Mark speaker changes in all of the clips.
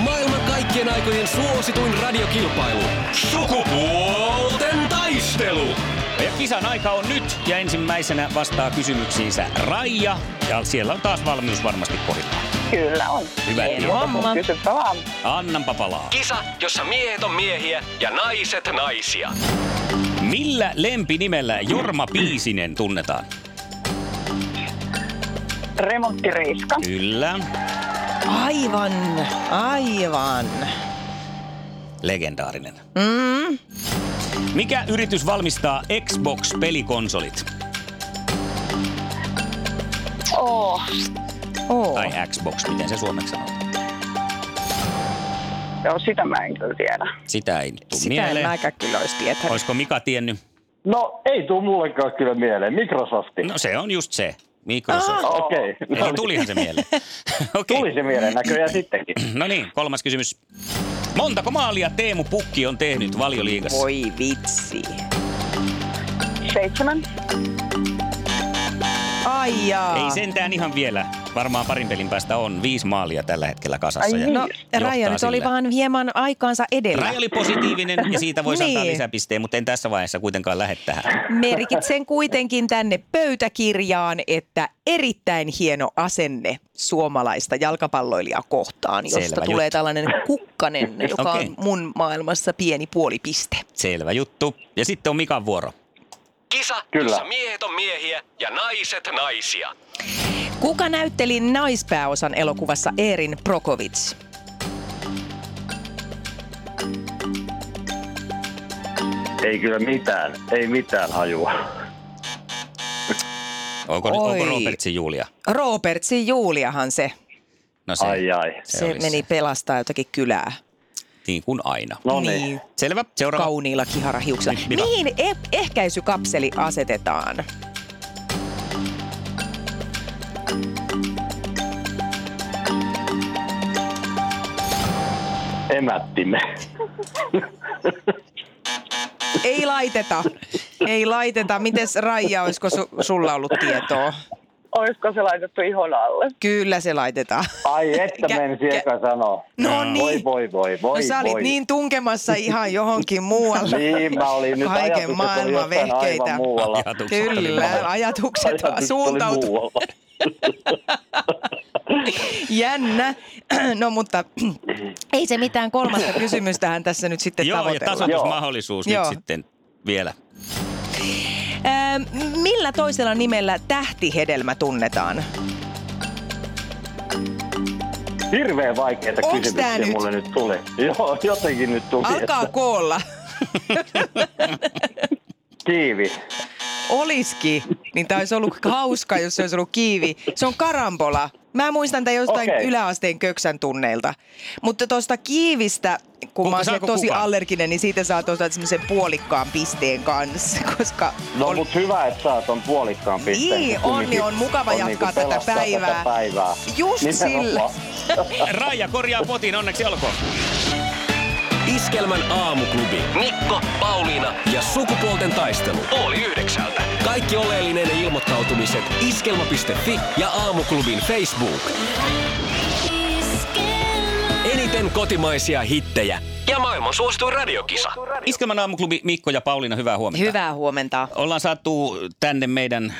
Speaker 1: Maailman kaikkien aikojen suosituin radiokilpailu. Sukupuolten taistelu.
Speaker 2: Ja kisan aika on nyt ja ensimmäisenä vastaa kysymyksiinsä Raija. Ja siellä on taas valmius varmasti kohdillaan.
Speaker 3: Kyllä on.
Speaker 2: Hyvä
Speaker 3: Ei
Speaker 2: homma.
Speaker 3: muuta kuin Kysypä vaan.
Speaker 2: Annanpa palaa.
Speaker 1: Kisa, jossa miehet on miehiä ja naiset naisia.
Speaker 2: Millä lempinimellä Jorma Piisinen tunnetaan?
Speaker 3: Remonttireiska.
Speaker 2: Kyllä,
Speaker 4: Aivan, aivan.
Speaker 2: legendaarinen.
Speaker 4: Mm,
Speaker 2: Mikä yritys valmistaa Xbox-pelikonsolit?
Speaker 3: Oo.
Speaker 4: oo.
Speaker 2: Tai Xbox, miten se suomeksi sanotaan.
Speaker 3: Joo, sitä mä en kyllä tiedä.
Speaker 2: Sitä ei nyt tule
Speaker 4: Sitä en
Speaker 2: mieleen.
Speaker 4: mäkään kyllä olisi tietänyt.
Speaker 2: Olisiko Mika tiennyt?
Speaker 5: No ei tuu mullekaan kyllä mieleen. Microsofti.
Speaker 2: No se on just se. Microsoft.
Speaker 4: Aha.
Speaker 5: Okei.
Speaker 2: Eli
Speaker 5: No,
Speaker 2: tulihan se mieleen. Okei.
Speaker 5: tuli se mieleen näköjään sittenkin.
Speaker 2: No niin, kolmas kysymys. Montako maalia Teemu Pukki on tehnyt valioliigassa?
Speaker 4: Voi vitsi.
Speaker 3: Seitsemän.
Speaker 4: Ai jaa.
Speaker 2: Ei sentään ihan vielä. Varmaan parin pelin päästä on viisi maalia tällä hetkellä kasassa.
Speaker 3: Ai
Speaker 2: ja
Speaker 3: niin.
Speaker 4: No,
Speaker 2: johtaa
Speaker 4: Raija nyt oli
Speaker 2: sillä.
Speaker 4: vaan hieman aikaansa edellä.
Speaker 2: Raja oli positiivinen ja siitä voi niin. antaa
Speaker 4: Niin.
Speaker 2: lisäpisteen, mutta en tässä vaiheessa kuitenkaan lähde tähän.
Speaker 4: Merkitsen kuitenkin tänne pöytäkirjaan, että erittäin hieno asenne suomalaista jalkapalloilijaa kohtaan, josta
Speaker 2: Selvä
Speaker 4: tulee
Speaker 2: juttu.
Speaker 4: tällainen kukkanen, joka
Speaker 2: Okei.
Speaker 4: on mun maailmassa pieni puolipiste.
Speaker 2: Selvä juttu. Ja sitten on Mikan vuoro.
Speaker 1: Kisa,
Speaker 5: Kyllä.
Speaker 1: jossa miehet on miehiä ja naiset naisia.
Speaker 4: Kuka näytteli naispääosan elokuvassa Erin Prokovic?
Speaker 5: Ei kyllä mitään. Ei mitään hajua.
Speaker 2: Onko,
Speaker 4: Oi.
Speaker 2: onko Robertsin Julia?
Speaker 4: Robertsin Juuliahan se.
Speaker 2: No se,
Speaker 5: Ai ai.
Speaker 2: se,
Speaker 4: Se
Speaker 2: oli
Speaker 4: meni pelastaa jotakin kylää.
Speaker 2: niin Niin, kuin aina.
Speaker 5: No niin.
Speaker 2: Selvä. Seuraava.
Speaker 4: Kauniilla kiharahiuksilla.
Speaker 2: Mi- Mika.
Speaker 4: Mihin e- ehkäisykapseli asetetaan?
Speaker 5: Emättimme.
Speaker 4: Ei laiteta. Ei laiteta. Mites Raija, olisiko su- sulla ollut tietoa?
Speaker 3: Olisiko se laitettu ihon alle?
Speaker 4: Kyllä se laitetaan. No
Speaker 5: Ai että
Speaker 4: Kä-
Speaker 5: mä en sieltä sano.
Speaker 4: No niin.
Speaker 5: Voi voi voi voi
Speaker 4: no sä olit
Speaker 5: voi.
Speaker 4: niin tunkemassa ihan johonkin muualle.
Speaker 5: Niin, mä olin nyt
Speaker 4: Kaiken
Speaker 5: ajatukset oli
Speaker 4: maailman
Speaker 5: jossain
Speaker 4: vehkeitä.
Speaker 5: aivan muualla.
Speaker 2: Ajatukset oli
Speaker 4: Kyllä,
Speaker 2: muualla.
Speaker 4: ajatukset
Speaker 5: Ajatukset oli
Speaker 4: suuntautu.
Speaker 5: muualla.
Speaker 4: Jännä. No mutta ei se mitään kolmatta kysymystähän tässä nyt sitten
Speaker 2: Joo, ja
Speaker 4: tavoitellaan.
Speaker 2: tasoitusmahdollisuus nyt
Speaker 4: Joo.
Speaker 2: sitten vielä.
Speaker 4: Ää, millä toisella nimellä tähtihedelmä tunnetaan?
Speaker 5: Hirveän vaikeita
Speaker 4: Onks tää
Speaker 5: kysymyksiä
Speaker 4: nyt?
Speaker 5: mulle nyt tuli. Joo, jotenkin nyt tuli.
Speaker 4: Alkaa
Speaker 5: että
Speaker 4: koolla.
Speaker 5: Kiivi.
Speaker 4: Oliski, niin tämä olisi ollut hauska, jos se olisi ollut kiivi. Se on karambola. Mä muistan tämän jostain okay.
Speaker 5: Okei.
Speaker 4: yläasteen köksän tunneilta. Mutta tuosta kiivistä, kun mä oon
Speaker 2: saako
Speaker 4: sille tosi
Speaker 2: kukaan?
Speaker 4: allerginen, niin siitä saa tuosta semmoisen puolikkaan pisteen kanssa, koska...
Speaker 5: No
Speaker 4: oli-
Speaker 5: mut hyvä, että saat ton puolikkaan pisteen.
Speaker 4: Niin,
Speaker 5: kun
Speaker 4: on,
Speaker 5: kumminkin
Speaker 4: niin on mukava jatkaa
Speaker 5: niinku
Speaker 4: tätä
Speaker 5: pelastaa
Speaker 4: päivää.
Speaker 5: Tätä päivää. Niin
Speaker 4: Just
Speaker 5: Nimenomaan.
Speaker 4: sillä.
Speaker 2: Raija korjaa potin, onneksi olkoon.
Speaker 1: Iskelmän aamuklubi. Mikko, Pauliina ja sukupuolten taistelu. Oli yhdeksältä. Kaikki oleellinen ilmoittautumiset iskelma.fi ja aamuklubin Facebook. Eniten kotimaisia hittejä ja maailman suosituin radiokisa.
Speaker 2: Iskelmän aamuklubi Mikko ja Pauliina, hyvää huomenta.
Speaker 4: Hyvää huomenta.
Speaker 2: Ollaan saatu tänne meidän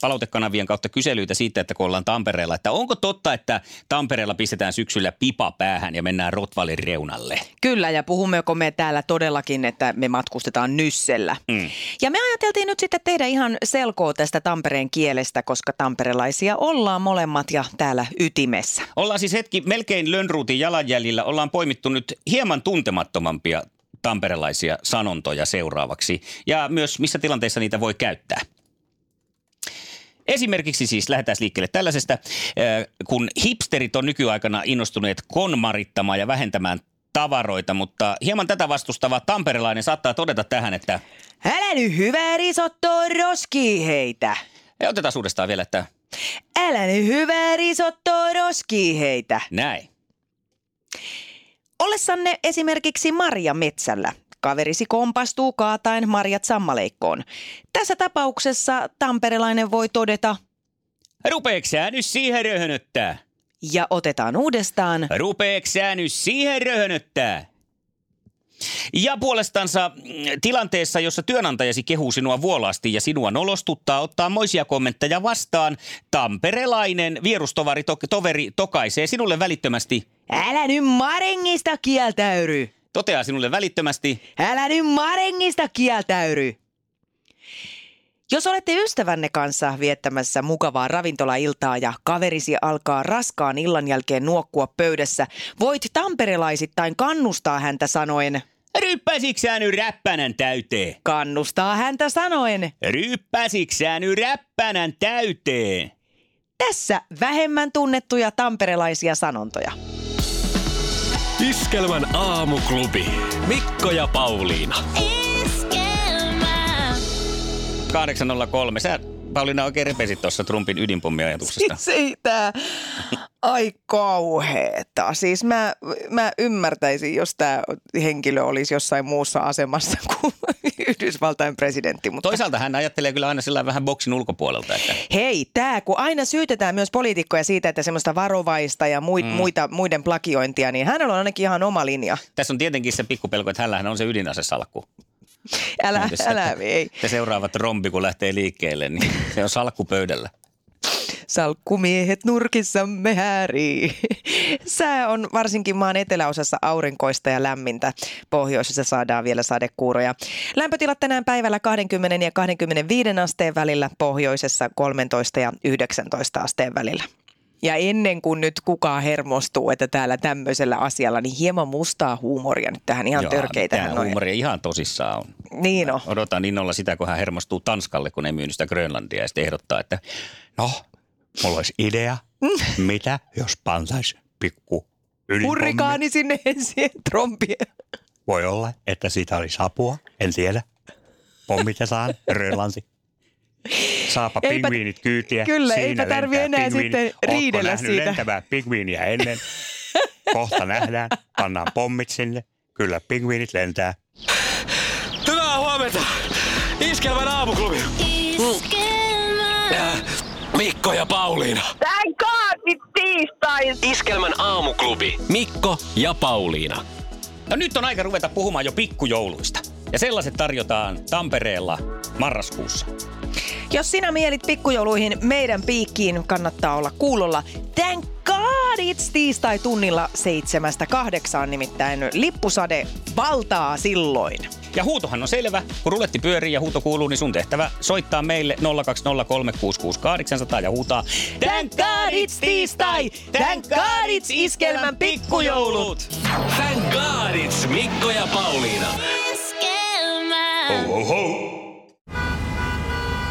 Speaker 2: palautekanavien kautta kyselyitä siitä, että kun ollaan Tampereella, että onko totta, että Tampereella pistetään syksyllä pipa päähän ja mennään Rotvalin reunalle?
Speaker 4: Kyllä, ja puhummeko me täällä todellakin, että me matkustetaan nyssellä.
Speaker 2: Mm.
Speaker 4: Ja me ajateltiin nyt sitten tehdä ihan selkoa tästä Tampereen kielestä, koska tamperelaisia ollaan molemmat ja täällä ytimessä.
Speaker 2: Ollaan siis hetki melkein Lönnruutin jalanjäljillä. Ollaan poimittu nyt hieman tuntemattomampia tamperelaisia sanontoja seuraavaksi ja myös missä tilanteissa niitä voi käyttää. Esimerkiksi siis lähdetään liikkeelle tällaisesta, äh, kun hipsterit on nykyaikana innostuneet konmarittamaan ja vähentämään tavaroita, mutta hieman tätä vastustava tamperelainen saattaa todeta tähän, että
Speaker 4: Älä nyt hyvää risottoa roski heitä.
Speaker 2: ja otetaan uudestaan vielä, että
Speaker 4: Älä nyt hyvää risottoa roski heitä.
Speaker 2: näin.
Speaker 4: Ollessanne esimerkiksi Marja metsällä. Kaverisi kompastuu kaataen marjat sammaleikkoon. Tässä tapauksessa tamperelainen voi todeta
Speaker 2: Rupeeks sä nyt siihen röhönöttää?
Speaker 4: ja otetaan uudestaan.
Speaker 2: Rupeeks sä nyt siihen röhönöttää? Ja puolestansa mm, tilanteessa, jossa työnantajasi kehuu sinua vuolaasti ja sinua nolostuttaa ottaa moisia kommentteja vastaan, tamperelainen vierustovari to- toveri tokaisee sinulle välittömästi,
Speaker 4: Älä nyt marengista kieltäyry.
Speaker 2: toteaa sinulle välittömästi,
Speaker 4: Älä nyt marengista kieltäyry. Jos olette ystävänne kanssa viettämässä mukavaa ravintolailtaa ja kaverisi alkaa raskaan illan jälkeen nuokkua pöydässä, voit tamperelaisittain kannustaa häntä sanoen.
Speaker 2: ryppäsiksää nyt räppänän täyteen.
Speaker 4: Kannustaa häntä sanoen.
Speaker 2: Ryppäsiksää nyt räppänän täyteen.
Speaker 4: Tässä vähemmän tunnettuja tamperelaisia sanontoja.
Speaker 1: Iskelmän aamuklubi. Mikko ja Pauliina.
Speaker 6: Esquema.
Speaker 2: 803. Sä, Pauliina, oikein repesit tuossa Trumpin ydinpommiajatuksesta.
Speaker 4: Siitä. Ai kauheeta. Siis mä, mä ymmärtäisin, jos tämä henkilö olisi jossain muussa asemassa kuin Yhdysvaltain presidentti. Mutta
Speaker 2: Toisaalta hän ajattelee kyllä aina sillä vähän boksin ulkopuolelta, että
Speaker 4: Hei, tämä, kun aina syytetään myös poliitikkoja siitä, että semmoista varovaista ja muit, mm. muita, muiden plakiointia, niin hänellä on ainakin ihan oma linja.
Speaker 2: tässä on tietenkin se pikkupelko, että hänellähän on se ydinasesalkku.
Speaker 4: Älä,
Speaker 2: Entäs,
Speaker 4: älä,
Speaker 2: että-
Speaker 4: ei.
Speaker 2: Että seuraava trombi, kun lähtee liikkeelle, niin se on salkku pöydällä.
Speaker 4: Salkkumiehet nurkissamme häärii. Sää on varsinkin maan eteläosassa aurinkoista ja lämmintä. Pohjoisessa saadaan vielä sadekuuroja. Lämpötilat tänään päivällä 20 ja 25 asteen välillä, pohjoisessa 13 ja 19 asteen välillä. Ja ennen kuin nyt kukaan hermostuu, että täällä tämmöisellä asialla, niin hieman mustaa huumoria nyt tähän ihan törkeitä.
Speaker 2: Tämä huumori ihan tosissaan on.
Speaker 4: Niin on.
Speaker 2: Odotan innolla sitä, kun hän hermostuu Tanskalle, kun ne myy sitä Grönlantia ja sitten ehdottaa, että no, mulla olisi idea, mitä jos pantais pikku ydinpommi.
Speaker 4: Hurrikaani sinne ensin, trompien.
Speaker 2: Voi olla, että siitä olisi apua, en tiedä. Pommitetaan Grönlanti.
Speaker 7: Saapa
Speaker 4: Eipä-
Speaker 7: pingviinit kyytiä.
Speaker 4: Kyllä,
Speaker 7: Siinä
Speaker 4: eipä tarvi
Speaker 7: lentää
Speaker 4: enää
Speaker 7: pingviini.
Speaker 4: sitten
Speaker 7: Ootko
Speaker 4: riidellä
Speaker 7: nähnyt
Speaker 4: siitä?
Speaker 7: lentävää pingviiniä ennen? Kohta nähdään. Pannaan pommit sinne. Kyllä, pingviinit lentää.
Speaker 1: Hyvää huomenta. Iskelmän aamuklubi. Äh,
Speaker 6: Esquema.
Speaker 1: Mikko ja Pauliina.
Speaker 3: Tän kaapit tiistain!
Speaker 1: Iskelmän aamuklubi. Mikko ja Pauliina.
Speaker 2: No nyt on aika ruveta puhumaan jo pikkujouluista. Ja sellaiset tarjotaan Tampereella marraskuussa.
Speaker 4: Jos sinä mielit pikkujouluihin meidän piikkiin, kannattaa olla kuulolla. Thank God it's tiistai tunnilla seitsemästä kahdeksaan, nimittäin lippusade valtaa silloin.
Speaker 2: Ja huutohan on selvä. Kun ruletti pyörii ja huuto kuuluu, niin sun tehtävä soittaa meille 020366800 ja huutaa
Speaker 4: Thank God it's tiistai! Thank God it's iskelmän pikkujoulut!
Speaker 1: Thank God it's Mikko ja Pauliina.
Speaker 6: Esquema.